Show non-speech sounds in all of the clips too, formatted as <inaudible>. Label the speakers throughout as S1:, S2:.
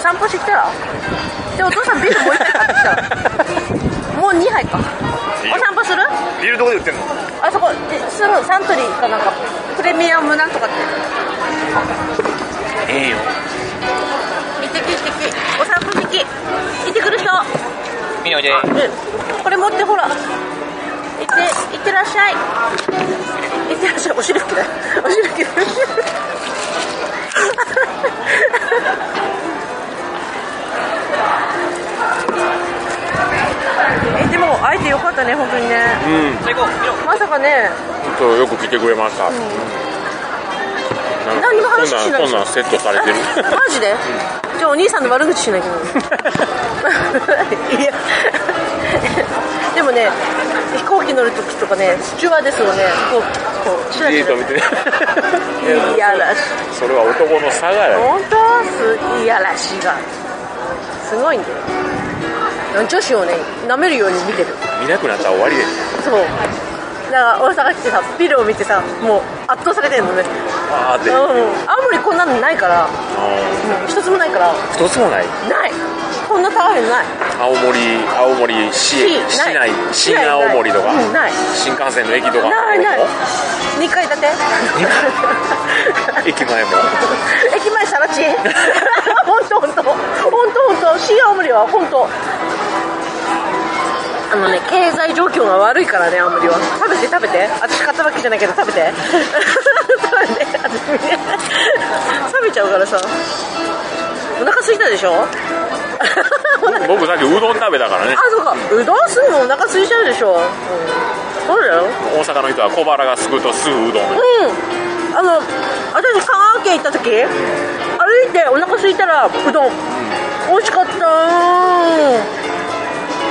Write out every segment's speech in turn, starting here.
S1: 散歩してきたらでお父さんビールもう一杯買ってきたらもう2杯か
S2: いいよ
S1: お散歩する
S2: ビールどこで売ってんの
S1: あそこえするサントリーかなんかプレミアムなんとかって
S2: ええよ
S1: 一滴一滴お散歩好き行ってくる人
S2: みので
S1: うんこれ持ってほら行って行ってらっしゃい行ってらっしゃいお汁きだお汁きだ <laughs> えでも会えてよかったね本当にね
S3: うん
S2: 最高みの
S1: まさかね
S3: 本当よく来てくれました、なんか
S1: 何も話し
S3: こん
S1: なんい
S3: こんなんセットされてる
S1: <laughs> マジで、じゃあお兄さんの悪口しなき
S3: <laughs>
S1: ゃいけないいやでもね飛行機乗るときとかねスチュワーですよねこうこうチラ
S3: じー
S1: チ
S3: っと
S1: ラ
S3: 見て
S1: いやらしい
S3: それは男の差がや
S1: 本当すいやらしいがすごいんだよ女子をね舐めるように見てる
S3: 見なくなったら終わりです
S1: そうだから大阪来てさビルを見てさもう圧倒されてるのね、
S3: ああ
S1: う
S3: って
S1: ん、青森こんなのないからもう一つもないから
S3: 一つもない
S1: ないこんな高いのない
S3: 青森青森市
S1: 市
S3: 市
S1: ない
S3: 内
S1: 市
S3: 新
S1: 内
S3: 青森とか
S1: うんない
S3: 新幹線の駅とか
S1: ないない2階建て
S3: 駅前も
S1: 駅前さらち <laughs> 本当本当本当本当新青森は本当あのね経済状況が悪いからね青森は食べて食べて私買ったわけじゃないけど食べて <laughs> 食べて私食べちゃうからさお腹空いたでしょお腹
S3: 僕さっきうどん食べたからね
S1: あそうかうどんすんのお腹空いちゃうでしょ、うん、そうだよ
S3: 大阪の人は小腹がすくとすぐうどん
S1: うんあの私香川県行った時歩いてお腹空いたらうどん美味しかった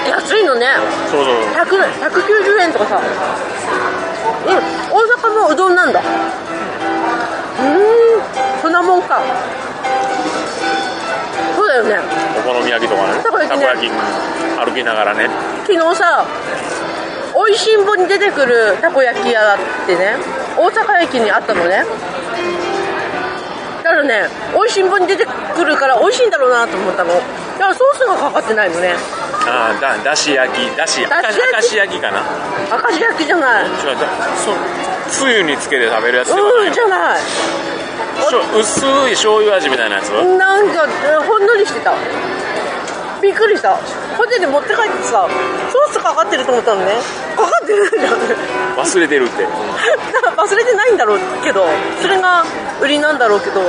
S1: 安いのね
S3: そうそう
S1: 100 190円とかさうん大阪もうどんなんだうーんそんなもんかそうだよね
S3: お好み焼きとかね
S1: たこ焼きね
S3: 焼き歩きながらね
S1: 昨日さ「おいしんぼ」に出てくるたこ焼き屋があってね大阪駅にあったのねだからね「おいしんぼ」に出てくるから美味しいんだろうなと思ったのだからソースがかかってないのね
S3: ああだだし焼きだし
S1: だ
S3: 明
S1: し焼き
S3: 石焼きかな
S1: 赤字焼きじゃない
S3: 違うだそうつゆにつけて食べるやつではな
S1: う
S3: い
S1: ん
S3: の
S1: じゃない
S3: しょ薄い醤油味みたいなやつ
S1: なんかうんほんのりしてたびっくりしたホテル持って帰ってさソースかかってると思ったのねかかってないじゃん
S3: 忘れてるって
S1: <laughs> 忘れてないんだろうけどそれが売りなんだろうけど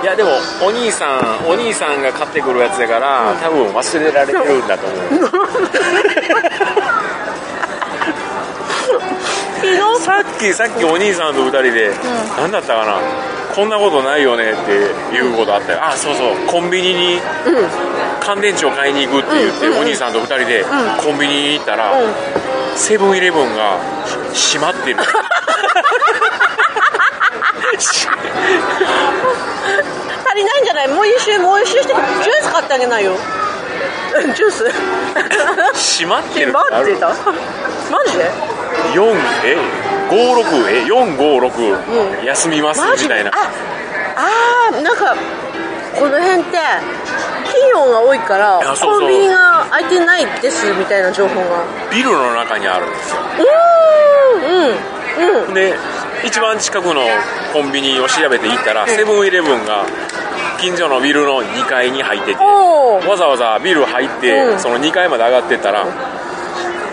S3: いやでもお兄さんお兄さんが買ってくるやつやから多分忘れられてるんだと思う
S1: 昨日
S3: さっきさっきお兄さんと二人で、何だったかなこんなことないよねっていうことあったよあそうそうコンビニに乾電池を買いに行くって言って、お兄さんと二人でコンビニに行ったら、
S1: うん
S3: セブンイレブンがし閉まってる
S1: 足りないんじゃないもう一周もう一周してジュース買ってあげないよ <laughs> うんジュー
S3: <laughs>
S1: ス
S3: 閉まってる
S1: 待ってたマジで
S3: 4え56え456、
S1: う
S3: 休みます
S1: マジ
S3: み
S1: で
S3: たいな
S1: ああーなんかこの辺って企業が多いから
S3: やそうそう
S1: コンビニが空いてないですみたいな情報が
S3: ビルの中にあるんですよ
S1: うーんうんうん
S3: で一番近くのコンビニを調べて行ったらセブンイレブンが近所のビルの2階に入ってて
S1: おー
S3: わざわざビル入って、
S1: うん
S3: その2階まで上がっ
S1: <laughs>
S3: てったら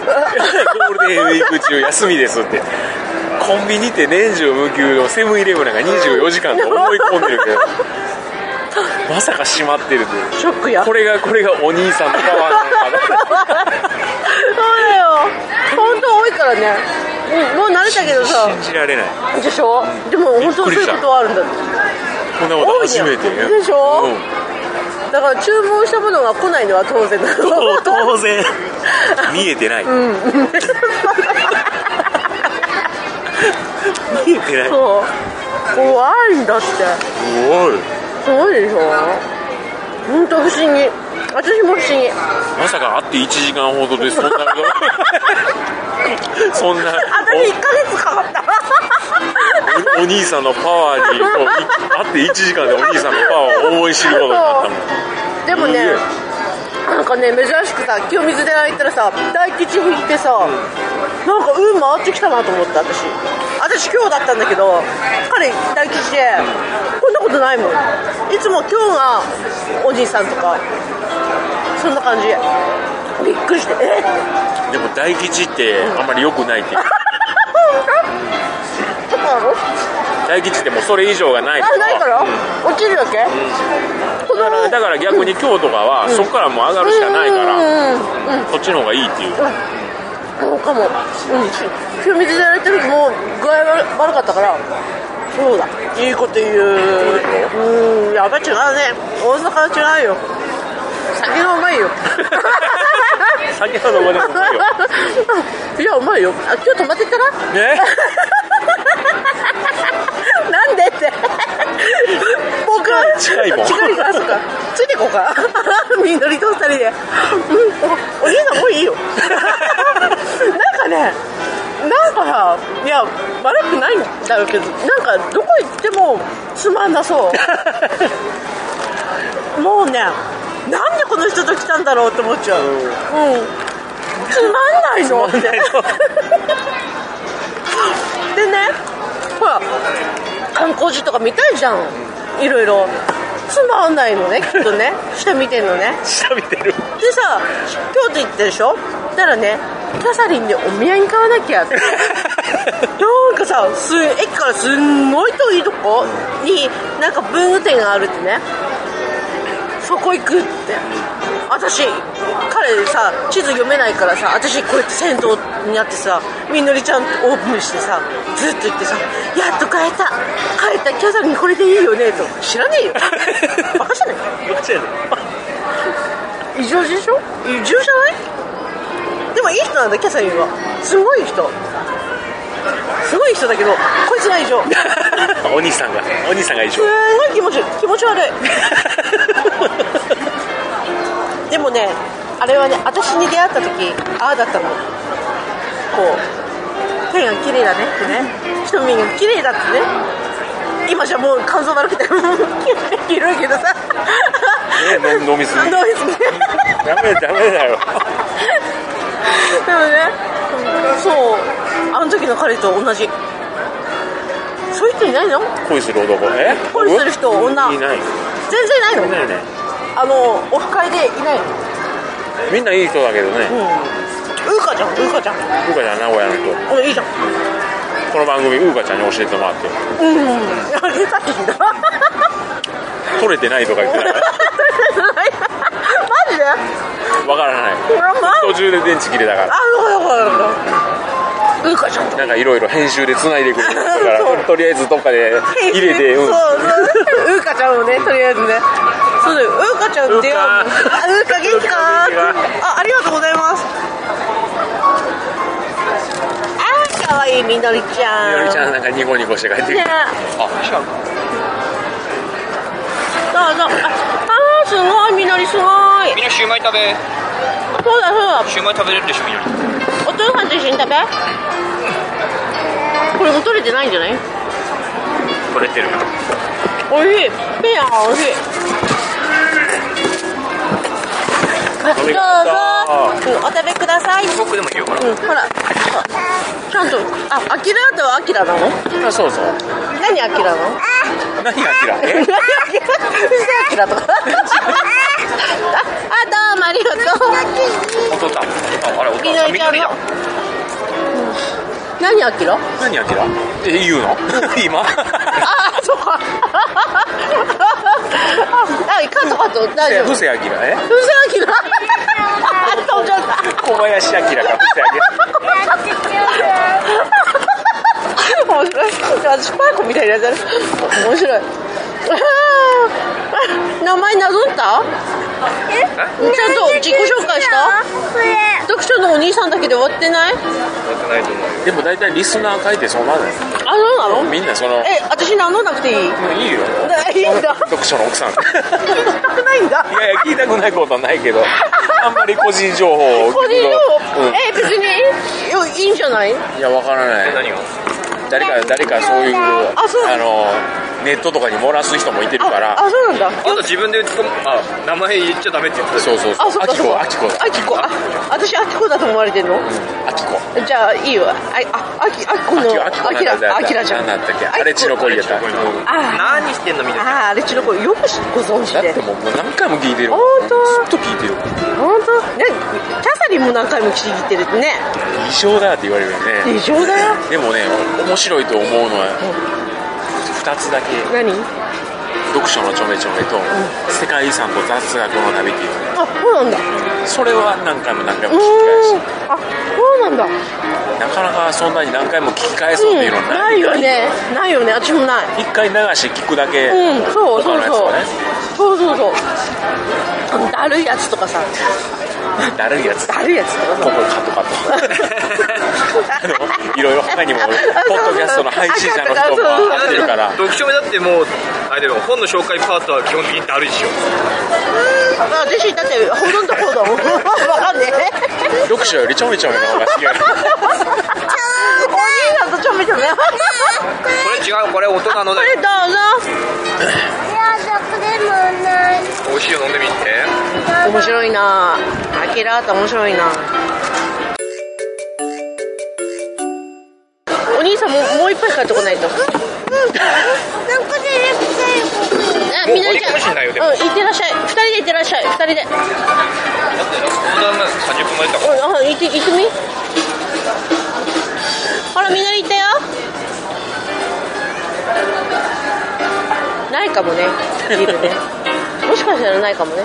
S3: ゴールデンウィーク中休みですってコンビニって年中無休のセブンイレブンなんか24時間と思い込んでる
S1: <laughs>
S3: けどまさか閉まってるって
S1: ショックや <laughs>
S3: これがこれがお兄さんのパワーなのかな
S1: そうだよ本当多いからねうんもう慣れたけどさ
S3: 信じられない
S1: でしょでも本当そう
S3: びっ
S1: い
S3: くり
S1: う
S3: した
S1: ことはあるんだって
S3: こんなこと初めて
S1: 多いねでしょ
S3: うん
S1: だから注文したものが来ないのは当然だ
S3: と
S1: <laughs>
S3: 当然見えてない、見えてない
S1: そう怖いんだって
S3: おい
S1: すごいでしょ本当不思議私も不思
S3: <laughs>
S1: 議
S3: まさか会って1時間ほどでそんな <laughs> そんな
S1: 私1ヶ月かかった
S3: おお兄さんのパワーにこうい会って1時間でお兄さんのパワーを思い知ることになったもん
S1: でもね
S3: いいね
S1: なんかね珍しくさ清水寺行ったらさ大吉振ってさ、なんか運回ってきたなと思った私私今日だったんだけど彼大吉でこんなことないもんいつも今日がおじいさんとかそんな感じびっくりしてえ
S3: でも大吉ってあんまり良くないってい
S1: と
S3: う
S1: かなのあ
S3: 大吉ってもうそれ以上がないから
S1: ないから、落ちるわけ、こ
S3: だからだから逆に今日とかはそこからもう上がるしかないから
S1: うん
S3: そっちの方がいいっていう
S1: そうかも、うん、清水寺行った時も具合悪悪かったからそうだいいこと言ううんやば違うね大阪は違うよ酒がうまいよ
S3: 先ほどまでもないよ
S1: <laughs> いやうまいよあ今日泊まってったら
S3: <laughs> ね
S1: <laughs> なんでって僕は
S3: 近いもん
S1: 近いからそっかついてこうか <laughs> みのりと二人で、うん、おお兄さんもういいよ <laughs> なんかねなんかさいや悪くないんだろうけどなんかどこ行ってもつまんなそう <laughs> もうねなんでこの人と来たんだろうって思っちゃううん、つまんないのって <laughs> でねほら観光地とか見たいじゃんいろいろつまんないのねきっとね下見てんのね
S3: 下見てる
S1: でさ京都行ってるでしょだからねキャサリンでお土産買わなきゃってなんかさす駅からすんごい遠いとこになんか文具店があるってねそこ行くって私彼さ地図読めないからさ私こうやって銭湯になってさみのりちゃんとオープンしてさずっと行ってさ「やっと買えた買えたキャサリンこれでいいよね」と知らねえよバカじゃない
S3: どっちやねん
S1: 異常でしょ異常じゃないでもいい人なんだキャサリンはすごい人すごい人だけどこいつが異常す
S3: お兄さんがお兄さんが以上
S1: ごい気持ち気持ち悪いでもねあれはね私に出会った時ああだったのこう手が綺麗だねってね瞳が綺麗だってね今じゃもう感想悪くて <laughs> キュッて切るけどさ <laughs>
S3: え飲飲みすぎ
S1: どうですね
S3: ダメダメだよ
S1: でもねそうあの時の彼と同じそういう人いないの
S3: 恋する男え
S1: 恋する人女
S3: いない
S1: 全然いない
S3: い
S1: の
S3: ないね
S1: あのオフ会でいないの
S3: みんないい人だけどね
S1: うんウーカちゃんウーカちゃん
S3: ウーカちゃん名古屋の人
S1: これいいじゃん
S3: この番組ウーカちゃんに教えてもらって
S1: あれさっき聞いた <laughs>
S3: 取れてないとか言ってたから
S1: マジであ
S3: わからない
S1: マ
S3: 途中で電池切れたから
S1: どこだこだウーカちゃん
S3: なんかいろいろ編集で繋いでくれるか
S1: そう
S3: らとりあえずどっかで入れて
S1: そう
S3: うん
S1: そうウーカちゃんをねとりあえずねそうだよウーカちゃんっていうあウ
S3: ウー
S1: ー
S3: カ
S1: カ元気か
S3: ウーカ元
S1: あありがとうございますあーかわいいみのりちゃん
S3: みのりちゃんなんかニコニコして帰ってくる
S1: ね
S3: あ違う
S1: そうそうああーすごいみのりすごい
S2: みんなシューマイ食べ
S1: そうだそうだ
S2: シューマイ食べれるでしょみのり
S1: お父さんと一緒に食べこれも取れてないんじゃない
S2: 取れてる
S1: おいしいペヤンがおいしいどうぞうんお食べください
S2: 僕でもいいよほら
S1: うん、ほら、ちゃんと、あ、アキラとはアキラなの
S3: あそうそう
S1: 何アキラなの
S3: 何がキラ
S1: 何
S3: え
S1: アキラアキラとか。あ、あ、どうもありがとう。
S2: お父さんああれお
S1: み
S2: 父
S1: の
S2: さん
S1: り
S2: み
S1: ちゃ
S2: の
S1: ん
S2: り
S1: の
S2: だ。
S1: 何アキラ
S3: 何がキラえ言うの今
S1: あ、そう <laughs> か。あ、カットカット、大丈夫。
S3: 布施明ね
S1: うアキラ。飛んじゃった。
S3: 小林明が布施
S1: 面白い私パーコみたいなやつある面白いあー名前なぞった
S2: え
S1: ちゃんと自己紹介した
S4: これ
S1: 読書のお兄さんだけで終わってないあ
S2: 持ってないと思うよ
S3: 明でも大体リスナー書いてそうなんだよ
S1: そうなの
S3: みんなその
S1: え私名乗らなくていい
S3: いいよ
S1: いいんだ
S3: 読書の奥さんい
S1: 聞きたくないんだ
S3: やいや聞いたくないことはないけどあんまり個人情報を聞くと
S1: 個人情報
S3: うん
S1: え別にいいいいんじゃない
S3: いやわからない
S2: 何が
S1: え
S3: 誰か誰かそういう
S1: あそう
S3: のネットとかに漏らす人もいてるから
S1: あそうなんだ
S2: あと自分で言ってあ名前言っちゃダメって言ってた
S3: そうそうそう
S1: あそっ
S3: あ
S1: か
S3: き
S1: そっ
S3: こ
S1: か
S3: あきこだ
S1: あきこあ私あきこだと思われてんの
S3: あきこ
S1: じゃあいいよあああきあきこ
S3: あき
S1: の
S3: こあきこ
S1: あきらあきらちゃん
S3: 何だったっけ
S1: あきこ
S3: あれちの恋やったうん
S1: あ
S2: 何してんのみたいな
S1: ああれちの子よくご存知
S3: だっ
S1: で
S3: てもう何回も聞いてるもん
S1: 本
S3: ず
S1: 当
S3: っと聞いてる
S1: 本当ねキャサリンも何回も聞いてるってね
S3: 異常だって言われるよね
S1: 異常だよ
S3: でもね面白いと思うのは2つだけ
S1: 何
S3: 読書のちょめちょめと世界遺産と雑学の旅っていう
S1: あそうなんだ
S3: それは何回も何回
S1: う
S3: も聞き返し
S1: ーんあそうなんだ
S3: なかなかそんなに何回も聞き返そうっていうのは
S1: うん
S3: な,、
S1: ないいよねないよね私もない
S3: 一回流して聞くだけ、
S1: うんそう
S3: 他
S1: そう
S3: のやつ
S1: そ
S3: を
S1: う
S3: ね
S1: そうそうそうあのだるいやつとかさ
S3: だるいやつ
S1: だるいやつとか
S3: ここ
S1: さ
S3: カットカ
S1: <laughs>
S3: ットあのいろいろ他にもポッドキャストの配信者の人も会ってるから
S2: 読書目だってもうあれでも本の紹介パートは基本的にだるいでしょ
S1: あ私だってほとんどほとんど <laughs> わかんねえ
S3: 読書よりちょめちょめの方が好きやから
S1: お兄さんとちょめちょめ。
S2: これ違うこれ大人の
S1: こ
S2: ね
S1: れどうぞ。
S2: 美味しいの飲んでみて
S1: 面白いな。あきらって面白いな。お兄さんももう一杯買ってこないと。あみのりちゃん。
S2: もう折り込みしないよでも
S1: うん、行ってらっしゃい。二人で行ってらっしゃい。二人で。うん、
S2: だって相談なん30分前だから
S1: あ、行って、行ってみ。ほら、みのり行ったよ。ないかもね。ビールね。もしかしたらないかもね。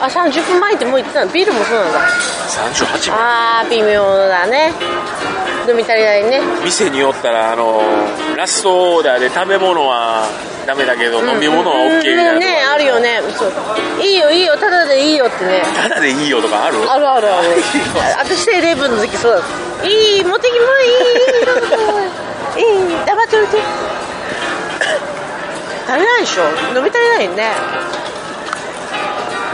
S1: あ、30分前ってもう言ってたの。ビールもそうなんだ。
S3: 38分
S1: あー微妙だね飲み足りないね
S3: 店によったらあのラストオーダーで食べ物はダメだけど飲み物は OK みたいな
S1: う
S3: と
S1: ん
S3: こ
S1: ねあるよねそういいよいいよただでいいよってね
S3: ただでいいよとかある
S1: あるあるある私セレブの時そうだったいい持ってきもいいいいいい黙っておいて足りないでしょ飲み足りないよね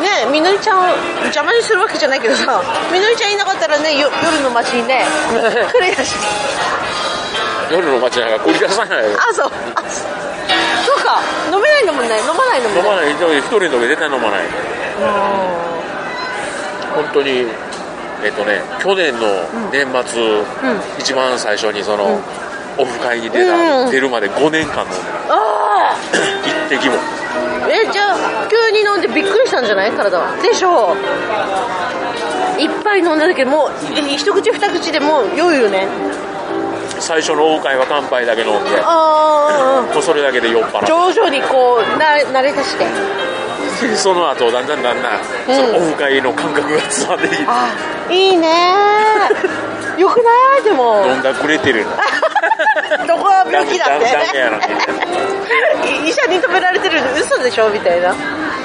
S1: ねえみのりちゃんを邪魔にするわけじゃないけどさみのりちゃんいなかったらねよ夜の街にね来るやし
S3: 夜の街なんか繰り出さないよ
S1: あ、そう。あ、そうそうか。飲めないのもない。飲まないのも
S3: 飲
S1: ない。
S3: まない一人一人の時絶対飲まない本当にえっとね去年の年末、
S1: うん
S3: 一番最初にその、オフ会に出
S1: う
S3: た、
S1: ん
S3: 出るまで5年間飲んで
S1: ああ。
S3: 一滴も
S1: え、じゃあ、急に飲んでびっくりしたんじゃない体は。でしょう。いっぱい飲んだだけでもう、い一口二口でもう酔うよね。
S3: 最初のオフ会は乾杯だけ飲んで
S1: あ
S3: もうそれだけで酔っ
S1: あ。
S3: 払っ
S1: 徐々にこう、な、慣れさして。
S3: てその後だんだんだんだん、
S1: うん
S3: そのオフ会の感覚が伝わってきて
S1: ああ。いいねー。よくないでも。
S3: <laughs> 飲んだくれてるの
S1: どこは病気だって
S3: ダメダメやな
S1: <laughs> 医者に止められてるの嘘でしょみたいな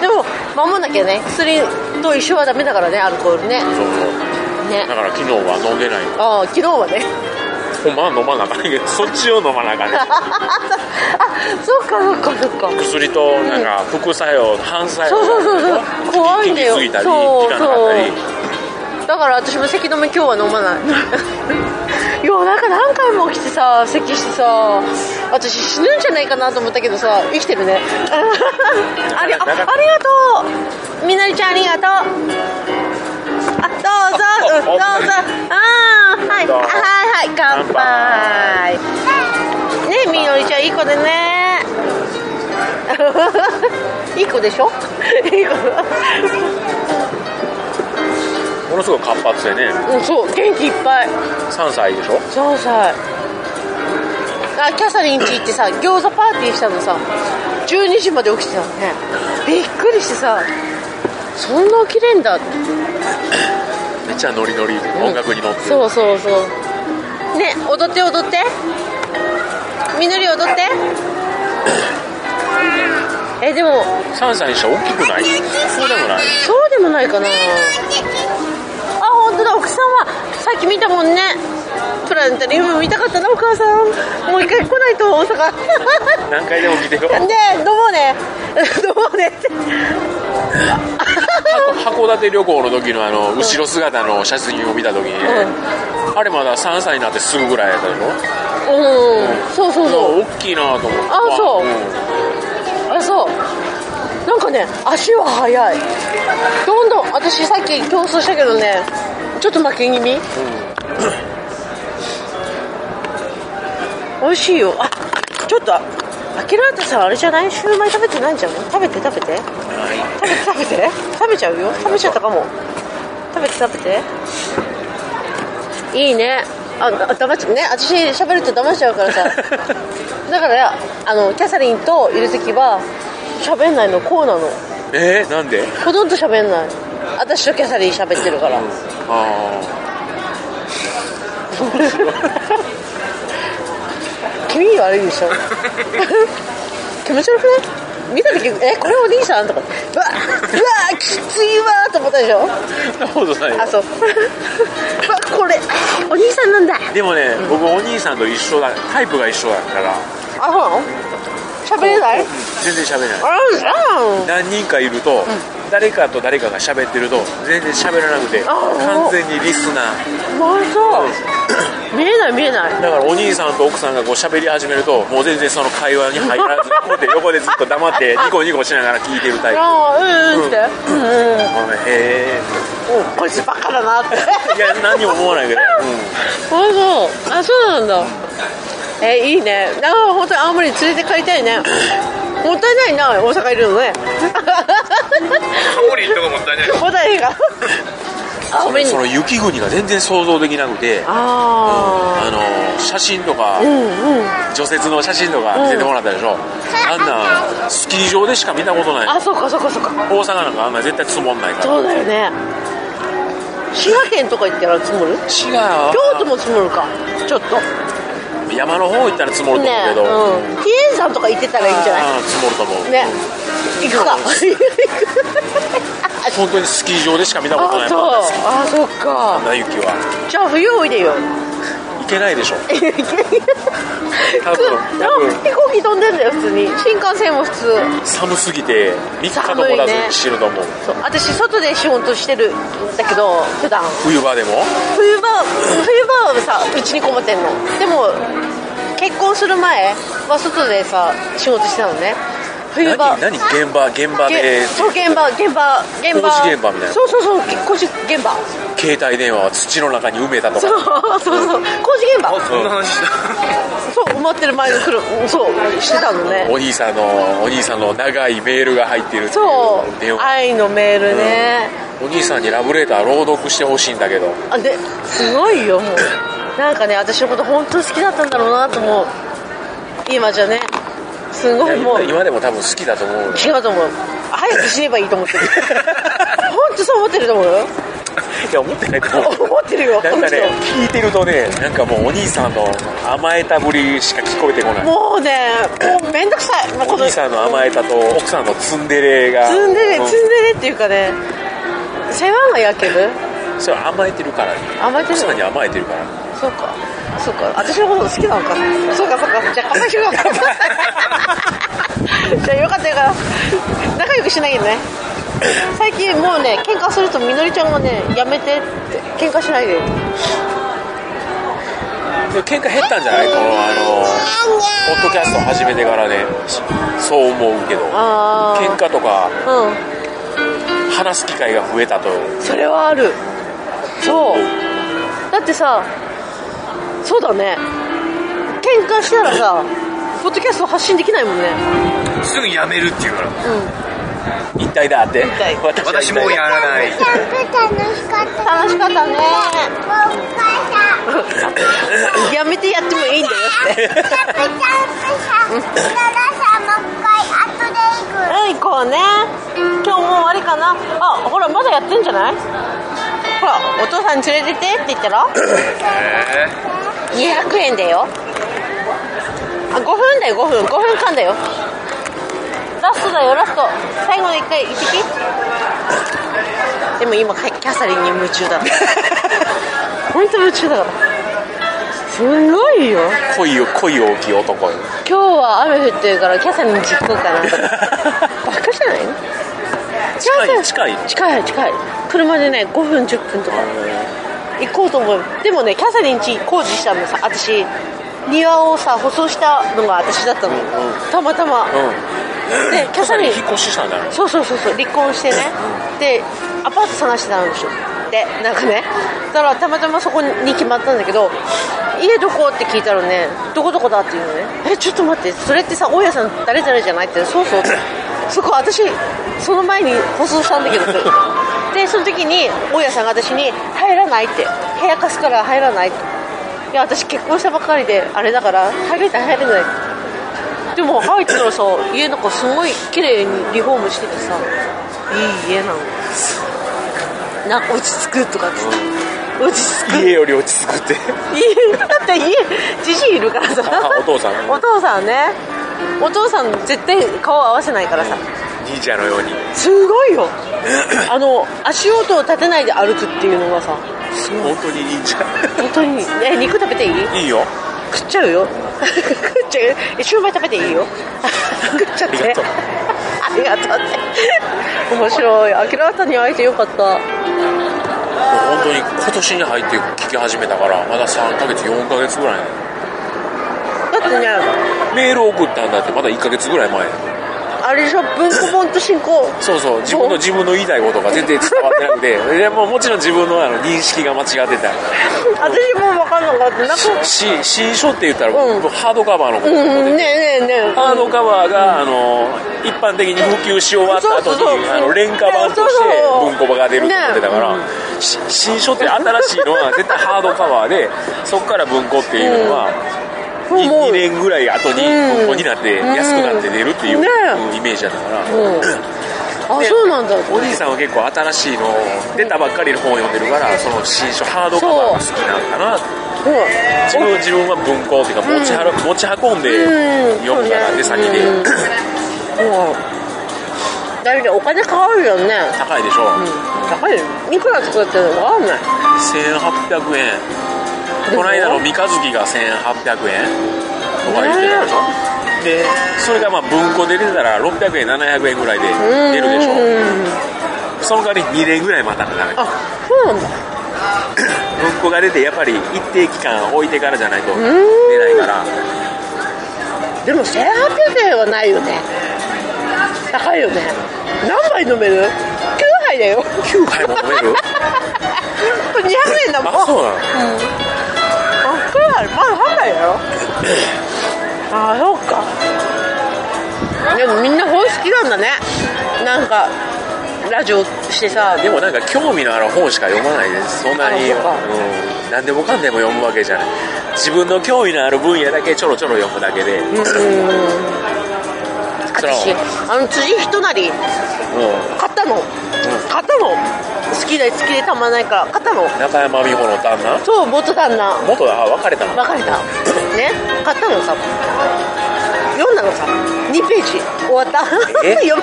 S1: でも守んなきゃね薬と一緒はダメだからねアルコールね
S3: そうそうだ
S1: ね
S3: から昨日は飲んでない
S1: ああ昨日はね
S3: ほんまは飲まなあかんねんけどそっちを飲まなあかんねん
S1: あそうかそうかそうか
S3: 薬となんか副作用、反作用
S1: そうそうそうそう怖いんだよ
S3: 効きすぎたり
S1: そう
S3: 効かなかったり
S1: だから私も咳止め今日は飲まない <laughs> いやなんか何回も起きてさ咳してさ私死ぬんじゃないかなと思ったけどさ生きてるね <laughs> ありあありがとうみなりちゃんありがとうあどうぞうんどうぞあーはいあ
S3: どう
S1: はいはい乾杯ねみのりちゃんいい子で <laughs> ねいい子でしょ <laughs> いい子
S3: ものすごい活発でね
S1: うんそう元気いっぱい
S3: 3歳でしょ
S1: そうさあキャサリン家行ってさ餃子パーティーしたのさ12時まで起きてたのねびっくりしてさそんな起きれんだって
S3: めっちゃノリノリで音楽に乗って
S1: そうそうそうね踊って踊ってみのり踊ってえでも
S3: 3歳にしては大きくないそうでもない
S1: そうでもないかなあ本当だ奥さんはさっき見たもんねプラゃんってリム見たかったなお母さんもう一回来ないと大阪
S3: 何回でも来てよ
S1: ねどうもね <laughs> どうもねって
S3: 箱函館旅行の時のあの後ろ姿の写真を見た時に、あれまだ3歳になってすぐぐらいやったでしょ
S1: うんそうそうそう
S3: う大きいなと思って
S1: あそうんあそうなんかね足は速いどんどん私さっき競争したけどねちょっと負け気味、美味しいよあちょっとあ明らかさんあれじゃないシューマイ食べてないんじゃない食べて食べて食べて食べて食べちゃうよ食べちゃったかも食べて食べていいねあだ黙っちゃうね私喋ると黙っちゃうからさだからあのキャサリンといる時は喋んないのこうなの
S3: えー、なんで
S1: ほとんど喋んない私とキャサリン喋ってるから
S3: あ
S1: 気味悪いでし <laughs> ょ気持ち悪くない見た時えこれお兄さんとかうわうわきついわと思ったでしょ
S3: あそんなことない
S1: あ
S3: よ
S1: <laughs> そううわこれお兄さんなんだ
S3: でもね、僕お兄さんと一緒だタイプが一緒だから
S1: あそうなの喋れない
S3: 全然喋れない
S1: あ
S3: 何人かいると、誰かと誰かが喋ってると全然喋らなくて
S1: あー
S3: 完全にリスナー
S1: らまそう見えない見えない
S3: だからお兄さんと奥さんがこう喋り始めるともう全然その会話に入らずこうやって横でずっと黙ってニコニコしながら聞いてるタイプあ
S1: ああうんうんってうんうん
S3: へ
S1: おこいつバカだなって
S3: えいや何も思
S1: <laughs>
S3: わないけど、
S1: あそうあそうなんだえいいねあ本当に青森に連れて帰りたいねもったいないな大阪いる <laughs> のね
S2: 青森行った方がもったいない
S1: もったいないが青
S3: うん、
S1: 森に
S3: その雪国が全然想像できなくて
S1: あ
S3: あの写真とか、
S1: あうんうん
S3: 除雪の写真とか見せてもらったでしょ、あんなんスキー場でしか見たことない
S1: あそうかそうかそうか
S3: 大阪なんかあんな絶対積もんないから
S1: そうだよね滋賀県とか行ったら積もる
S3: 滋賀
S1: 京都も積もるかちょっと
S3: 山の方行ったら積もると
S1: ね
S3: 思うけど、
S1: うん、比叡山とか行ってたらいいんじゃない
S3: あー積もると思う、
S1: ね行くか
S3: 本当にスキー場でしか見たこと
S1: あ
S3: ない
S1: そうあそっ
S3: あん
S1: か
S3: な雪は
S1: じゃあ冬おいでよ
S3: 行けないでしょ
S1: <laughs> 行け
S3: 多
S1: く
S3: 分多分
S1: 飛行機飛んでんだよ普通に新幹線も普通
S3: 寒すぎて3日ともたずに死ぬと思う、
S1: そう私外で仕事してるんだけど普段
S3: 冬場でも
S1: 冬場冬場はさうちにこもってんのでも結婚する前は外でさ仕事してたのね冬場
S3: 何何現場現場
S1: げ
S3: で
S1: そう現場現場現場
S3: 工事現場みたいな
S1: そうそうそう工事現場
S3: 携帯電話は土の中に埋めたと
S1: そ
S3: か
S1: うそうそう工事現場
S2: あそんな話した
S1: そう埋まってる前の来るそうしてたのね
S3: お兄さんのお兄さんの長いメールが入ってるってい
S1: そう
S3: 電
S1: う
S3: 話
S1: 愛のメールね、
S3: お兄さんにラブレター朗読してほしいんだけど
S1: あですごいよもうなんかね私のこと本当に好きだったんだろうなと思う今じゃねすごいもう
S3: 今でも多分好きだと思うよ
S1: 違うと思う早く死ねばいいと思
S3: <laughs>
S1: ってる本当そう思ってると思うよ
S3: いや思ってないと思う
S1: 思ってるよ
S3: なんかね
S1: 本
S3: 聞いてるとねなんかもうお兄さんの甘えたぶりしか聞こえてこない
S1: もうねもうめんどくさいもう
S3: お兄さんの甘えたと奥さんのツンデレが
S1: ツンデレ
S3: うん
S1: ツンデレっていうかね世話が焼ける
S3: それ甘えてるから
S1: 甘えてる
S3: 奥さんに甘えてるから
S1: そうかそうか私のこと好きなのかそうかそうかじゃあ乾杯しよう <laughs> かじゃあよかったよかった仲良くしなきゃね最近もうね喧嘩するとみのりちゃんがねやめてって喧嘩しないで
S3: でも喧嘩減ったんじゃないこのあのポッドキャスト始めてからねしそう思うけど
S1: あ
S3: 喧嘩とか
S1: あうん
S3: 話す機会が増えたと
S1: それはあるそうだってさそうだね喧嘩したらさポッドキャスト発信できないもんね <laughs>
S2: すぐやめるって言うから
S3: 一体だって
S1: 体
S2: 私もうやらない
S4: キャンプ楽しかったね。
S1: 楽しかったね
S4: お母さん。
S1: やめてやってもいいんだよって
S4: キャンプキャンプさん。奈良さんもう一回後で行く。
S1: うん行こうね今日もう終わりかなあほらまだやってんじゃないほらお父さんに連れてってって言ったら
S2: え
S1: 200円だよあ5分だよ5分5分間だよラストだよラスト最後の1回一匹でも今キャサリンに夢中だ本当夢中だからすごいよ
S3: 恋を恋を大きい男よ
S1: 今日は雨降ってるからキャサリン実行かなバカじゃない
S3: 近
S1: キャ
S3: い近い
S1: サリン近い近い車でね5分10分とか行こうと思うでもねキャサリン家工事したのさ私庭をさ舗装したのが私だったの、たまたま、
S3: うん
S1: でキャサリン
S3: 引っ越ししたんだよ
S1: そうそうそうそう離婚してねでアパート探してたんですよでなんかねだからたまたまそこに決まったんだけど家どこって聞いたらねどこどこだって言うのねえちょっと待ってそれってさ大家さん誰々じゃないってそうそうってそこ私その前に放送したんだけどってでその時に大家さんが私に入らないって部屋貸すから入らないっていや私結婚したばっかりであれだから入れない入れないでも入ったらさ家なんかすごい綺麗にリフォームしててさいい家なのなんか落ち着くとかっつって、落ち着く
S3: 家より落ち着くって
S1: 家だって家自身いるからさ
S3: あお父さん
S1: お父さんねお父さん絶対顔合わせないからさ
S3: 忍者のように
S1: すごい
S3: <laughs>
S1: よあの足音を立てないで歩くっていうのがさ
S3: 本当に忍者
S1: 本当にえ肉食べていい
S3: いいよ
S1: 食っちゃうよ <laughs> 食っちゃうよえシューマイ食べていい <laughs> よ食っちゃって
S3: ありがとう
S1: <laughs> ありがとうって面白い明らかに会えてよかった
S3: 本当に今年に入って聞き始めたからまだ3ヶ月4ヶ月ぐらい
S1: だってね
S3: メール送ったんだってまだ1ヶ月ぐらい前
S1: あれでしょ文庫本と進行
S3: そうそう自分の自分の言いたいことが全然伝わってな
S1: <laughs>
S3: くてでもうもちろん自分のあの認識が間違ってた
S1: 私も分かんなか <laughs> ったなんか
S3: し新書って言ったら、
S1: うん
S3: 僕ハードカバーのこと、
S1: うんねえねえねえ
S3: ハードカバーが、あの一般的に普及し終わった後に
S1: そうそうそう
S3: あの廉価版として
S1: ねそうそう
S3: 文庫版が出ると思ってたから、
S1: ね
S3: し新書って新しいのは絶対ハードカバーでそこから文庫っていうのは、
S1: うん
S3: に
S1: もう
S3: 2年ぐらい後に
S1: うん
S3: 文庫になって安くなって出るっていう、
S1: ね
S3: うんイメージだったから、
S1: うんあ
S3: で
S1: そうなんだ
S3: おじいさんは結構新しいの出たばっかりの本を読んでるからその新書ハードカバーが好きなんだなって自分自分は文庫っていうか持ち,、持ち運んで読むから、
S1: うん
S3: で
S1: そう
S3: 先
S1: ね
S3: で、
S1: うんもうだけどお金かかるよね
S3: 高いでしょ、
S1: うん高いよいくら作ってるのか分かんない
S3: 1800円
S1: でも
S3: この間の三日月が1800円とか言ってたでしょ、でそれがまあ文庫で出てたら600円700円ぐらいで出るでしょ、
S1: うん
S3: その代わり2年ぐらい待たなダメ
S1: あそうなんだ
S3: 文庫が出てやっぱり一定期間置いてからじゃないと出ないから
S1: でも1800円はないよね高いよね何杯飲める ?9 杯だよ
S3: 9杯も飲める
S1: <laughs> これ200円だもん
S3: あそうなの
S1: あ9杯まだ3杯だよああそうかでもみんな本好きなんだねなんかラジオしてさ
S3: でもなんか興味のある本しか読まないですそんなに、う
S1: あそうか
S3: ん、何でもかんでも読むわけじゃない自分の興味のある分野だけちょろちょろ読むだけで、うん、それ
S1: 私
S3: は
S1: あの辻人なり
S3: も
S1: 買ったの買ったの好きで好きでたまんないから買ったの
S3: う中山美穂の旦那
S1: そう元旦那
S3: 元だあ別れたの
S1: 別れたね買ったのさ読んだのさ2ページ終わった <laughs> 読め
S3: え
S1: ない
S3: 好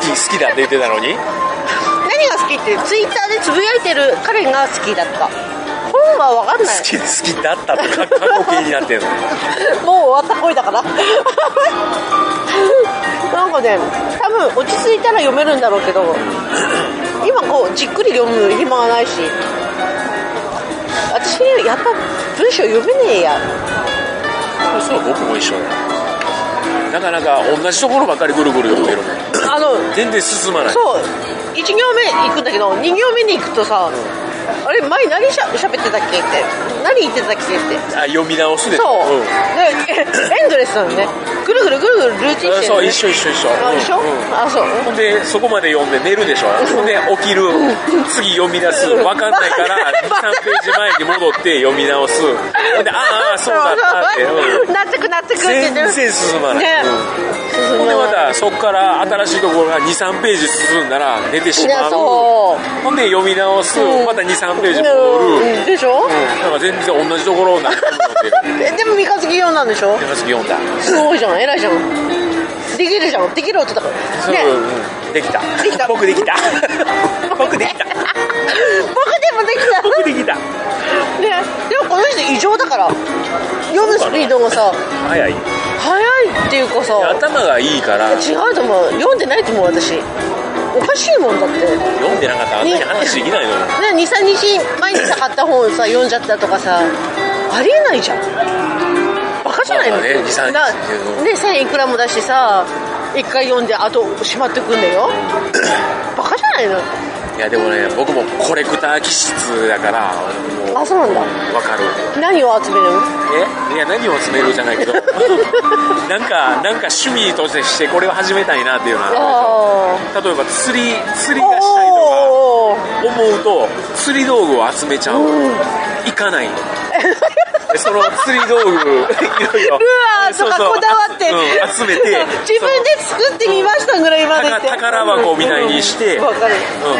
S3: き好きだって言ってたの
S1: 何
S3: に
S1: が好きってツイッターでつぶやいてる彼が好きだった本は分かんない
S3: 好き好きだったって <laughs> 過去形になってんの
S1: もう終わった恋だから <laughs> なんかね多分落ち着いたら読めるんだろうけど今こうじっくり読む暇がないし私やっぱ文章読めねえや
S3: そう僕も一緒だよなかなか同じところばっかりぐるぐる読んでるの
S1: あの
S3: 全然進まない
S1: そう1行目行くんだけど2行目に行くとさ、あれ前何しゃ喋ってたっけって何言ってたっけって
S3: あ読み直すでしょ
S1: そう、
S3: ん
S1: でえエンドレスなのねぐるぐるぐるぐるルーティンしてる、ね、
S3: そう一緒一緒一緒
S1: あ
S3: うん
S1: 一緒、
S3: うん
S1: あそう
S3: ほんでそこまで読んで寝るでしょほんで起きる次読み出す分かんないから23ページ前に戻って読み直すほんでああああそうだったって、うん
S1: なってくなってくって
S3: 全然進まない、
S1: ね
S3: うん
S1: 進
S3: ほんでま
S1: まない
S3: たそこから新しいところが23ページ進んだら寝てし
S1: ね
S3: まう
S1: そう
S3: ほんで読み直す、
S1: うん
S3: また23ページ戻る、
S1: うんでしょ、
S3: なんか全然同じところを何回も読んでる
S1: えでも三日月用なんでしょ
S3: で私読んだ
S1: すごいじゃん偉いじゃんできるじゃんできる音だから
S3: そう、
S1: ね
S3: うん、できた
S1: できた
S3: 僕でき
S1: <laughs>
S3: た僕できた
S1: 僕でもできた
S3: 僕できた
S1: ね、でもここの人異常だから読むスピードがさ
S3: 早い
S1: 速いっていうかさ
S3: 頭がいいから
S1: 違うと思う読んでないと思う私おかしいもんだって
S3: 読んでなかったらあんなに話できないの
S1: ね23日前にさ買った本さ読んじゃったとかさありえないじゃんバカじゃないの、
S3: まあまあね23日
S1: な
S3: うん
S1: ね1000いくらも出してさ1回読んであとしまってくんだ
S3: <coughs>
S1: よバカじゃないの
S3: いやでもね僕もコレクター気質だからも
S1: あそうなんだ
S3: うわかる
S1: 何を集めるの
S3: えいや何を詰めるじゃな
S1: <laughs>
S3: いけどなんかなんか趣味としてこれを始めたいなっていうのは
S1: ああ
S3: 例えば釣り釣りがしたいとか
S1: おーおーおー
S3: 思うと釣り道具を集めちゃう行
S1: <laughs>
S3: かないのでその釣り道具いろいろ
S1: ルアーとかこだわって、
S3: うん集
S1: <laughs>
S3: めて
S1: 自分で作ってみましたぐらいまでって
S3: 宝宝箱みたいにして
S1: うんわかる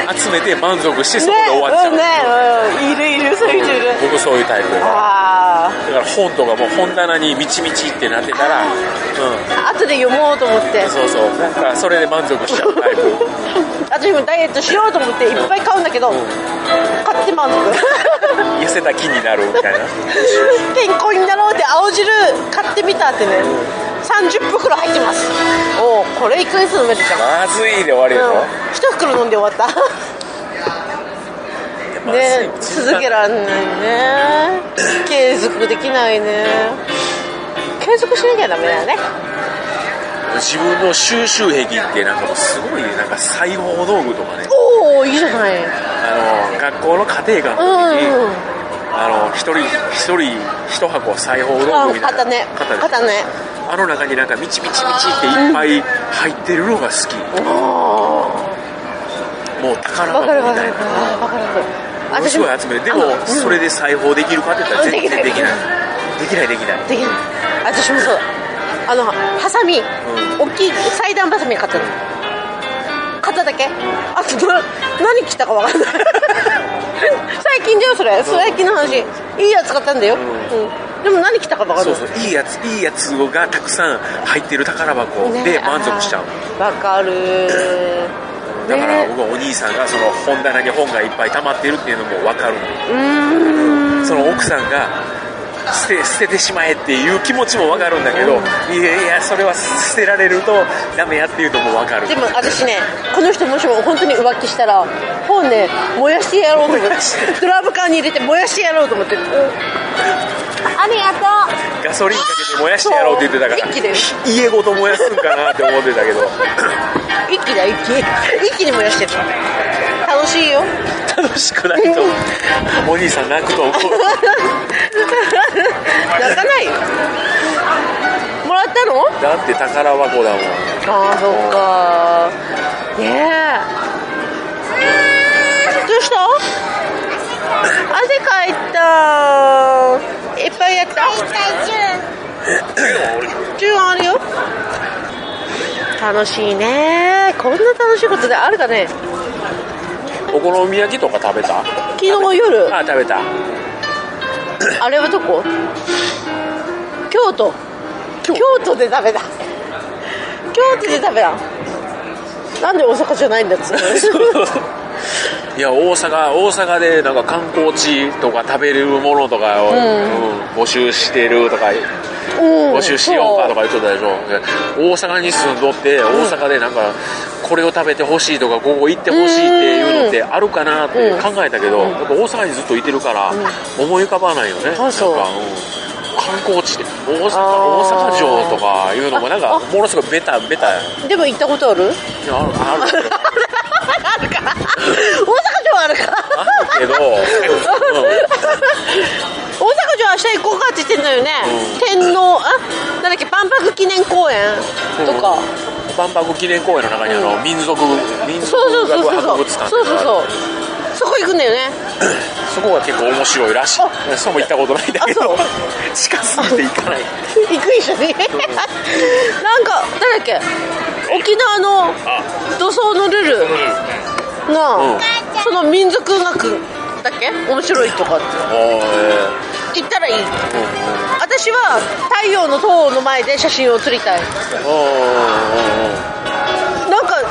S3: うん、集めて満足してそこで終わっちゃ
S1: ね,、
S3: う、
S1: うん、ねうん、いるいるそういう人いる
S3: 僕そういうタイプだか
S1: ああ
S3: ら本とかもう本棚にみちみちってなってたら、う
S1: 後で読もうと思って
S3: ん、そうそうなんかそれで満足し
S1: <laughs>
S3: ちゃうタイプ
S1: 私もダイエットしようと思っていっぱい買うんだけど、買って満足
S3: 痩せた気になるみたいな
S1: <laughs> 健康になろうって青汁買ってみたってね30袋入ってますおおこれ1ヶ月飲めるじゃん
S3: まずいで終わりでし
S1: うん
S3: ょ、
S1: 一袋飲んで終わったね
S3: まずい
S1: 続けらんないね継続できないね継続しなきゃダメだよね
S3: 自分の収集癖ってなんかもうすごいなんか裁縫道具とかね
S1: おおいいじゃないうん
S3: あの学校の家庭科の時に、あの一人一人一箱裁縫道具みたいな
S1: あ型ね
S3: 型で
S1: 型ね
S3: あの中になんかみちみちみちっていっぱい入ってるのが好き、もう宝
S1: わかる
S3: 箱
S1: わ
S3: み
S1: か
S3: たい
S1: るわ
S3: な
S1: かるわかるわかる
S3: ものすごい集めてでも
S1: あのうん
S3: それで裁縫できるかって言ったら
S1: うん
S3: 全然
S1: で
S3: で
S1: き
S3: き
S1: な
S3: ないいできないできない
S1: できない私もそうあのハサミ、大きい裁断ハサミ買ったの買っただけあとな何切ったか分かんない <laughs> 最近だよそれ最近の話いいやつ買ったんだよ、うんでも何切ったか分かんない
S3: そ
S1: う
S3: そういいやついいやつがたくさん入ってる宝箱
S1: ね
S3: で満足しちゃう、
S1: あーわかる
S3: だから僕
S1: ね
S3: はお兄さんがその本棚に本がいっぱい溜まってるっていうのも分かる
S1: うーん
S3: その奥さんが捨て捨ててしまえっていう気持ちも分かるんだけど、いやいやそれは捨てられるとダメやっていうのも分かる
S1: でも私ねこの人もしも本当に浮気したら本ね燃やしてやろうと思っ
S3: 燃 <laughs>
S1: て
S3: やして
S1: ドラム缶に入れて燃やしてやろうと思って
S4: ありがとう。
S3: ガソリンかけて燃やしてやろうって言ってたから
S1: そう一気で
S3: 家ごと燃やすんかなって思って
S1: <laughs>
S3: たけど
S1: 一気だ一気一気に燃やしてる楽しいよ
S3: 楽しくないとお兄さん泣くと思う
S1: 泣かないよもらったの
S3: だって宝箱だもん
S1: ああそっかねえどうした汗かいたいっぱいやった
S4: 大体十。
S1: 中央あるよ楽しいねこんな楽しいことであるかね
S3: お好み焼きとか食べた
S1: 昨日夜
S3: あ食べた
S1: あれはどこ京都京都で食べた京都で食べたなんで大阪じゃないんだっつうの
S3: <laughs> いや大阪大阪でなんか観光地とか食べれるものとかを、うん募集してるとか
S1: うん
S3: 募集しようかとか言っとったでしょ、大阪に住んどって大阪でなんかこれを食べてほしいとかここ行ってほしいっていうのってあるかなって
S1: うん
S3: 考えたけど、やっぱ大阪にずっといてるから思い浮かばないよね、
S1: あそう
S3: なんか、うん観光地って大
S1: あ
S3: 阪
S1: ー
S3: 大阪城とかいうのもなん
S1: ああ
S3: かものすごいベタベタ
S1: そうでも行ったことある
S3: いやあるあ
S1: <laughs>
S3: る
S1: あるか大阪城あるか
S3: あるけど、うん
S1: 大阪城明日行こうかって言ってんだよね、天皇あなんだっけ万博記念公園とか、
S3: 万博記念公園の中にあの、民族民族
S1: そうそうそうそう
S3: 学博
S1: そう
S3: 物館
S1: そうそうそうそこ行くんだよね
S3: そこが結構面白いらしいそうも行ったことないんだけ
S1: あそ
S3: ど
S1: う
S3: 近すぎて行かない
S1: 行く一緒になんか誰だっけ沖縄の土葬のルールなあ、
S3: うん
S1: その民族学だっけ面白いとかって
S3: お
S1: 言ったらいい私は太陽の塔の前で写真を撮りたい
S3: ーおーおーおー
S1: なんか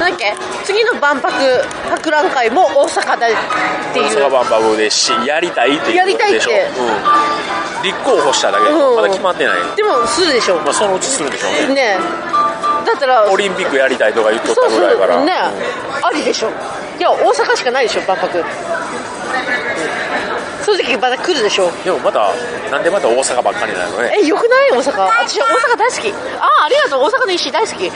S1: なんだっけけ次の万博博覧会も大阪だってい
S3: 大
S1: う
S3: 阪万博ですしやりたいっていうことでしょ
S1: やりたいって
S3: うん、立候補しただけで
S1: うん
S3: まだ決まってない、
S1: でもするでしょ
S3: まあ、そのうちするでしょうね
S1: ねえだったら
S3: オリンピックやりたいとか言っとっ
S1: そう
S3: た
S1: そ
S3: ぐ
S1: う
S3: らいから
S1: ねありでしょいや大阪しかないでしょ万博そういう時また来るでしょ
S3: うんでもまたなんでまた大阪ばっかりなのね
S1: えよくない大阪私大阪大好きああありがとう大阪の石大 <laughs> 好き大阪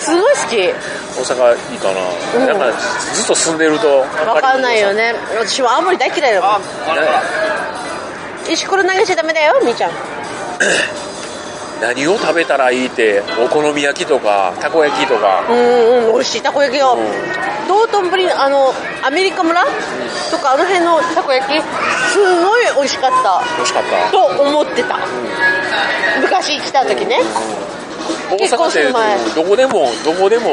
S1: すごい好き
S3: 大阪いいかな、
S1: うん
S3: なんかずっと住んでると
S1: わかんないよね私は青森大嫌いだもん
S2: あらら
S1: 石ころ投げちゃダメだよみーちゃん
S3: 何を食べたらいいってお好み焼きとかたこ焼きとか
S1: うんうん美味しいたこ焼きよ
S3: ん
S1: 道頓堀のあのアメリカ村とかあの辺のたこ焼きすごい美味しかった
S3: 美味しかった
S1: と思ってた昔来た時ね
S3: 大
S1: 結
S3: 阪
S1: 婚
S3: っ
S1: する前
S3: てどこでもどこでも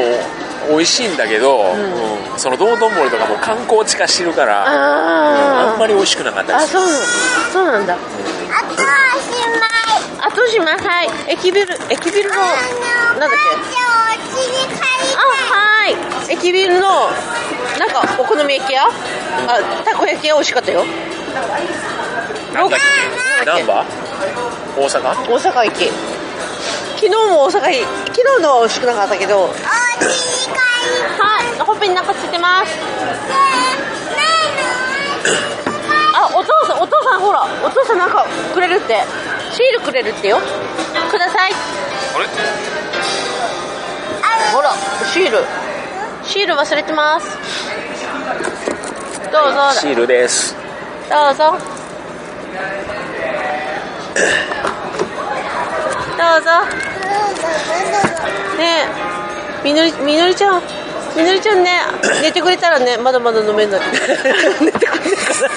S3: 美味しいんだけど、うんその道頓堀とかも観光地化してるから、あ
S1: あ
S3: ん
S1: ー
S3: まり美味しくなかった
S1: あ
S3: です
S1: そうそうなんだ
S4: あとおしまい
S1: 後島はい駅ビル駅ビルのなんだっけ
S4: じゃあお家に帰り
S1: あはーい駅ビルのなんかお好み焼き屋あたこ焼き屋美味しかったよ
S3: なんだっけ
S1: な
S3: なんん
S1: だ
S3: ば大阪
S1: 大阪駅昨日も大阪駅昨日のは美味しくなかったけど
S4: お家に帰り
S1: はい、ほっぺになんかついてます。あ、お父さん、お父さん、ほら、お父さんなんかくれるって。シールくれるってよ。ください。
S2: あれ
S1: ほら、シール。シール忘れてます。どうぞ、
S3: シールです
S1: どうぞ。どうぞ。ねえ、みのり、みのりちゃん。みのりちゃんね、寝てくれたらね、まだまだ飲めんのに。 <laughs> 寝てくれないかな。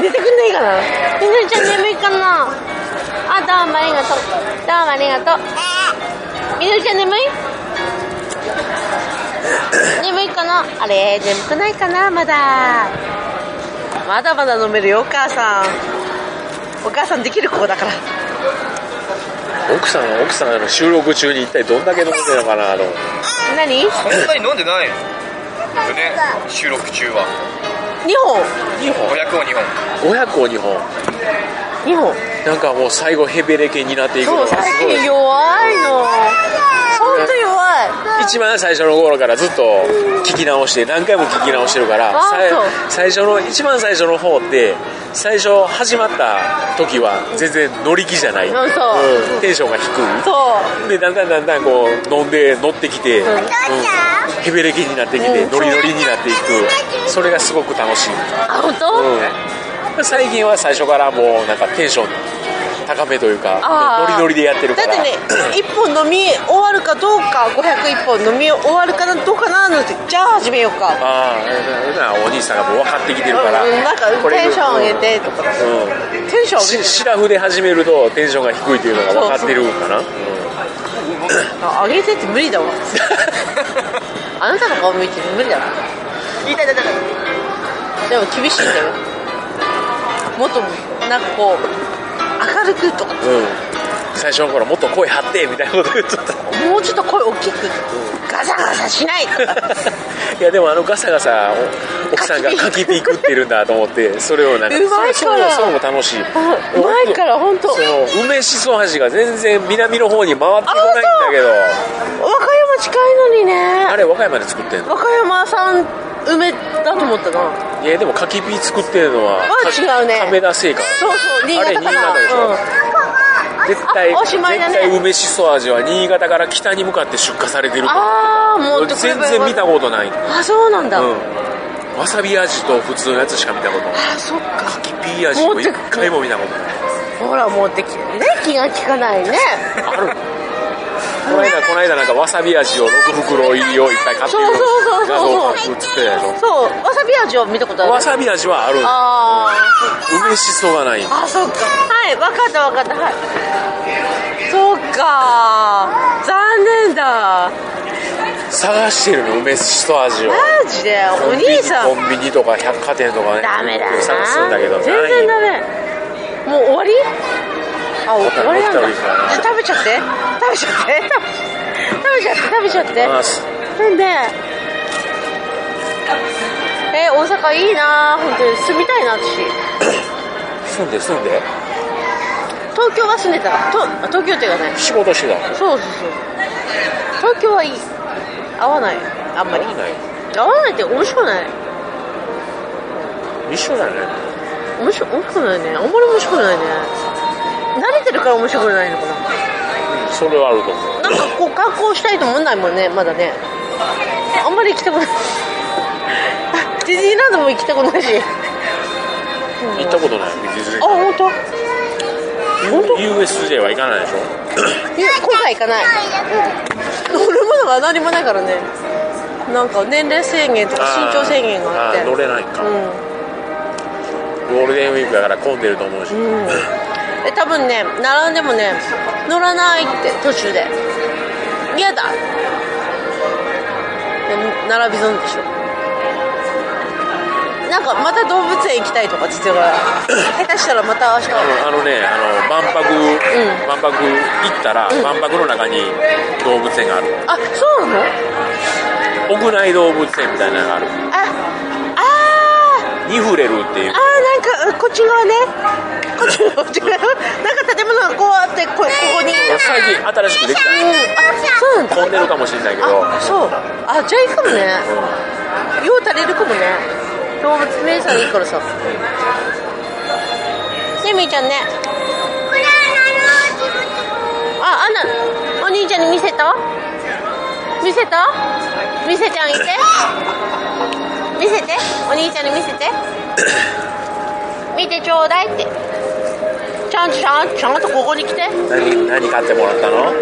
S1: 寝てくんないかなみのりちゃん眠いかなあどうもありがとうどうもありがとうみのりちゃん眠い眠いかなあれ眠くないかなまだまだまだ飲めるよお母さんお母さんできる子だから
S3: 奥さん奥さんの収録中に一体どんだけ飲んでるのかなと思って
S1: 何2
S2: そんなに飲んでないよね収録中は
S1: 本
S3: 2本
S2: 500を2本
S3: 500を2本
S1: 2本
S3: なんかもう最後ヘベレケになっていくの
S1: そう
S3: がす
S1: 最
S3: ごい
S1: 近弱いの本当弱い
S3: 一番最初の頃からずっと聞き直して何回も聞き直してるから
S1: あ
S3: さ
S1: そう
S3: 最初の一番最初の方って最初始まった時は全然乗り気じゃない、
S1: んそう
S3: うんテンションが低い
S1: そう
S3: でだんだんだんだんこう飲んで乗ってきて、
S1: ん
S3: うんヘベレキになってきて、
S1: うん
S3: ノリノリになっていくそれがすごく楽しい、
S1: あ本当、
S3: うん最近は最初からもうなんかテンション高めというか
S1: あー
S3: ノリノリでやってるから
S1: だってね一本飲み終わるかどうか501本飲み終わるかなどうかなのってじゃあ始めようか
S3: ああお兄さんがもう分かってきてるから、
S1: うんなんか
S3: これ
S1: テンション上げてとかテ
S3: う
S1: ンション
S3: ん
S1: 上
S3: し
S1: げて
S3: シラフで始めるとテンションが低いというのが分かってるか
S1: <laughs>
S3: な
S1: あ上げてって無理だわあなたの顔向いて無理だわ痛い痛い痛いでも厳しいんだよもっとなんかこう明るくとか
S3: うん、うん最初の頃もっと声張ってみたいなこと言
S1: <laughs>
S3: っとった
S1: もうちょっと声大きくガサガサしない <laughs> とか
S3: いやでもあのガサガサお奥さんが
S1: か
S3: か
S1: きピ
S3: きピ
S1: ー
S3: ー
S1: ク
S3: クってるんだと思ってそれをなんか
S1: うまい
S3: それ
S1: から
S3: それもそれも楽しい
S1: あうまいから本当
S3: その梅しそ味が全然南の方に回ってこないんだけど
S1: 和歌山近いのにね
S3: あれ和歌山で作ってんの
S1: 和歌山産梅だと思ったない
S3: やでもかきピー作ってるのは
S1: あ違うね
S3: 亀田製菓
S1: そうそう新
S3: あれ
S1: 潟
S3: 新
S1: から
S3: 潟でしょ、
S1: うん
S3: 絶対、
S1: あおし
S3: 絶
S1: まいだね
S3: 対梅しそ味は新潟から北に向かって出荷されてると
S1: ああもう
S3: 全然見たことない、うん、
S1: あそうなんだ、
S3: わさび味と普通のやつしか見たことない
S1: あそっか
S3: キピー味も一回も見たことない
S1: ほらもうできね気が利かないね
S3: あるこの間この間なんかわさび味を6袋入りをいっぱい買ってる
S1: そうそうそうそう
S3: 画像が映ってたでし
S1: そうわさび味は見たこと
S3: ょ
S1: あ
S3: わ
S1: る
S3: さび味はある
S1: あ
S3: 梅しそがない
S1: ああそっかはいわかったわかったはいそっか残念だ
S3: 探してるの梅しそ味を
S1: マジでお兄さん
S3: コンビニとか百貨店とかね
S1: ダメだな
S3: 探すんだけど
S1: 全然
S3: な
S1: ダ
S3: い
S1: メもう終わりあ、終わりなんだ
S3: 持った方がいいか。な
S1: 食べちゃって。食べちゃって。食べちゃって。食べちゃって。食べちゃ
S3: ま
S1: っ
S3: あす
S1: て。なんで。え、大阪いいな本当に住みたいな、私。
S3: 住んで住んで
S1: 東京は住んでたら。とあ東京っていうかね。
S3: 仕事してたの
S1: そうそうそう。東京はいい。合わない。あんまり
S3: 合。わない
S1: 合わないって面白くない。
S3: 一緒だね
S1: 面白面白くないね。あんまり面白くないね。慣れてるから面白くないのかな。
S3: それはあると思う
S1: なんかこう観光したいと思わないもんねまだねあんまり行きたくないディズニーランドも行きたくないし
S3: 行ったことないディズニ
S1: あ本当？
S3: ー USJ は行かないでし
S1: い
S3: ょ
S1: や今回行かない乗るものが何もないからねなんか年齢制限とか身長制限があって
S3: ー乗れないか、
S1: うん
S3: ゴールデンウィークだから混んでると思うし、
S1: うんえ多分ね並んでもね乗らないって途中で嫌だでも並び損でしょなんかまた動物園行きたいとかっつってたから
S3: <laughs>
S1: 下手したらまた明日
S3: あのねあの万博、万博行ったら、万博の中に動物園がある
S1: あそうなの
S3: 屋内動物園みたいなのがある
S1: ああー
S3: ニフレルってい
S1: あ
S3: う
S1: ーなんかこっち側ねこっち側こっ
S3: <laughs>
S1: ち側なんか建物がこうあってこここに
S3: 最近新しくでき
S1: うんあそうなん
S3: た
S1: だ
S3: 混んでるかもしれないけど
S1: あそうあじゃあ行くもね用足りるかもね動物名産いいからさねえみーちゃんねあアンナお兄ちゃんに見せた見せた見せてあげて見せてお兄ちゃんに見せ <coughs> て見てちょうだいってちゃんとちゃんとちゃんとここに来て
S3: 何何買ってもらったの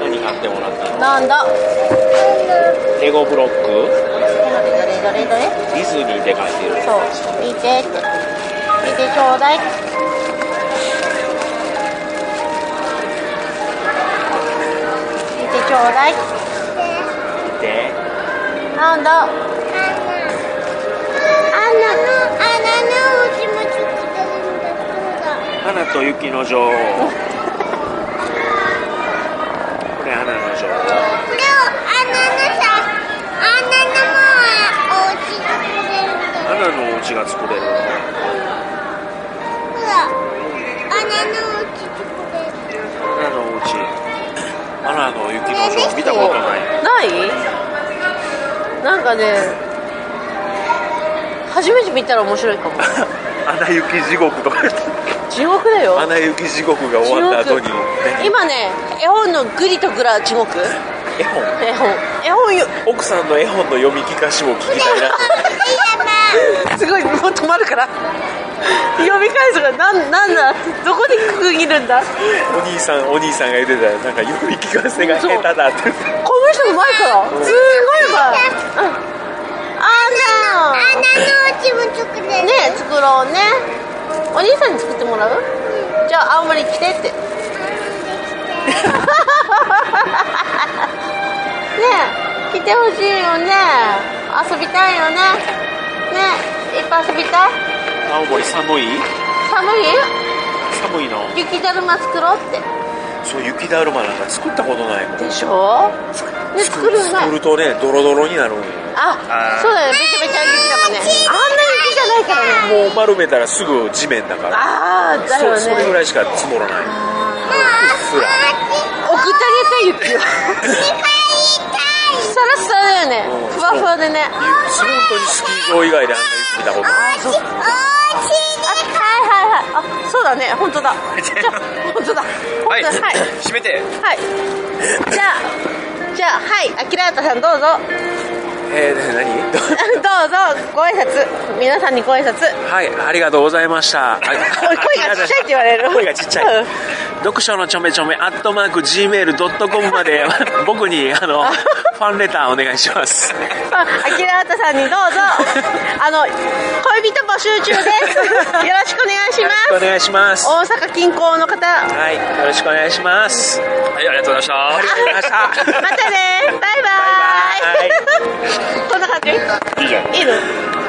S3: 何買ってもらったの
S1: なんだ
S3: レゴブロック
S1: どれどれどれどれ
S3: ディズニーで書いてる
S1: そう見てって見てちょうだい見てちょうだい
S3: で
S1: なんだ
S3: 「花と雪の女王」これ花の女王花のお家が作れる花のお家花の雪の女王見たことない
S1: ないなんかね初めて見たら面白いかも
S3: 穴雪地獄とか
S1: 地獄だよ
S3: 穴雪地獄が
S1: 地
S3: 終
S1: 獄
S3: わった後に
S1: 今ね絵本のグリとグラ地獄
S3: 絵本
S1: 絵本絵本よ
S3: 奥さんの絵本の読み聞かしも聞きたいな
S1: すごいもう止まるから読み返すがなんなんだどこで区切るんだ
S3: お兄さんお兄さんが言ってたなんか読み聞かせが下手だっ
S1: こ
S3: て
S1: の人うまいからすごいうまいうんあーじゃあねえ作ろうねお兄さんに作ってもらうじゃあ青森来て <laughs> ってねえ来てほしいよね遊びたいよねねえいっぱい遊びたい
S3: 青森寒
S1: 寒い
S3: い寒いの
S1: 雪だるま作ろうって
S3: そう雪だるまなんか作ったことないもん
S1: でしょね作るの
S3: 作るとねドロドロになるんよ
S1: あ
S3: あー
S1: そうだよねべちゃべちゃ雪だもんねあんな雪じゃないからね
S3: もう丸めたらすぐ地面だから
S1: ああだよね
S3: そそれぐらいしか積もらない
S1: 送ってあげたい雪はサラッサラだよね
S3: うん
S1: ふわふわでねあ
S3: 本当にスキー場以外であんな雪見たことない
S1: はいはいはいあそうだね本当だじゃあ本当だ
S2: は
S1: 本
S2: い
S1: 当だはい
S2: 閉めて
S1: はいじゃあじゃあはいアキラータさんどうぞ <laughs>
S3: えー、何
S1: どうぞご挨拶皆さんにご挨拶
S3: <laughs> はい、ありがとうございました。
S1: <laughs>
S3: 声
S1: 声がちっちゃいって言われる
S3: 声がちっちゃい。読書のちょめちょめ、アットマーク、gmail.com まで、 <laughs> 僕に、あの、ファンレターお願いします。
S1: あアキラータさんにどうぞあの恋人募集中ですよろしくお願いし
S3: よろしく
S1: ま
S3: お
S1: す
S3: 願いします。
S1: 大阪近郊の方
S3: はい、よろしくお願いします。
S2: はいありがとうございました
S3: ありがとうございまし
S1: ま <laughs> たねバイバ
S3: バイ
S1: <laughs> イこんな感じいいの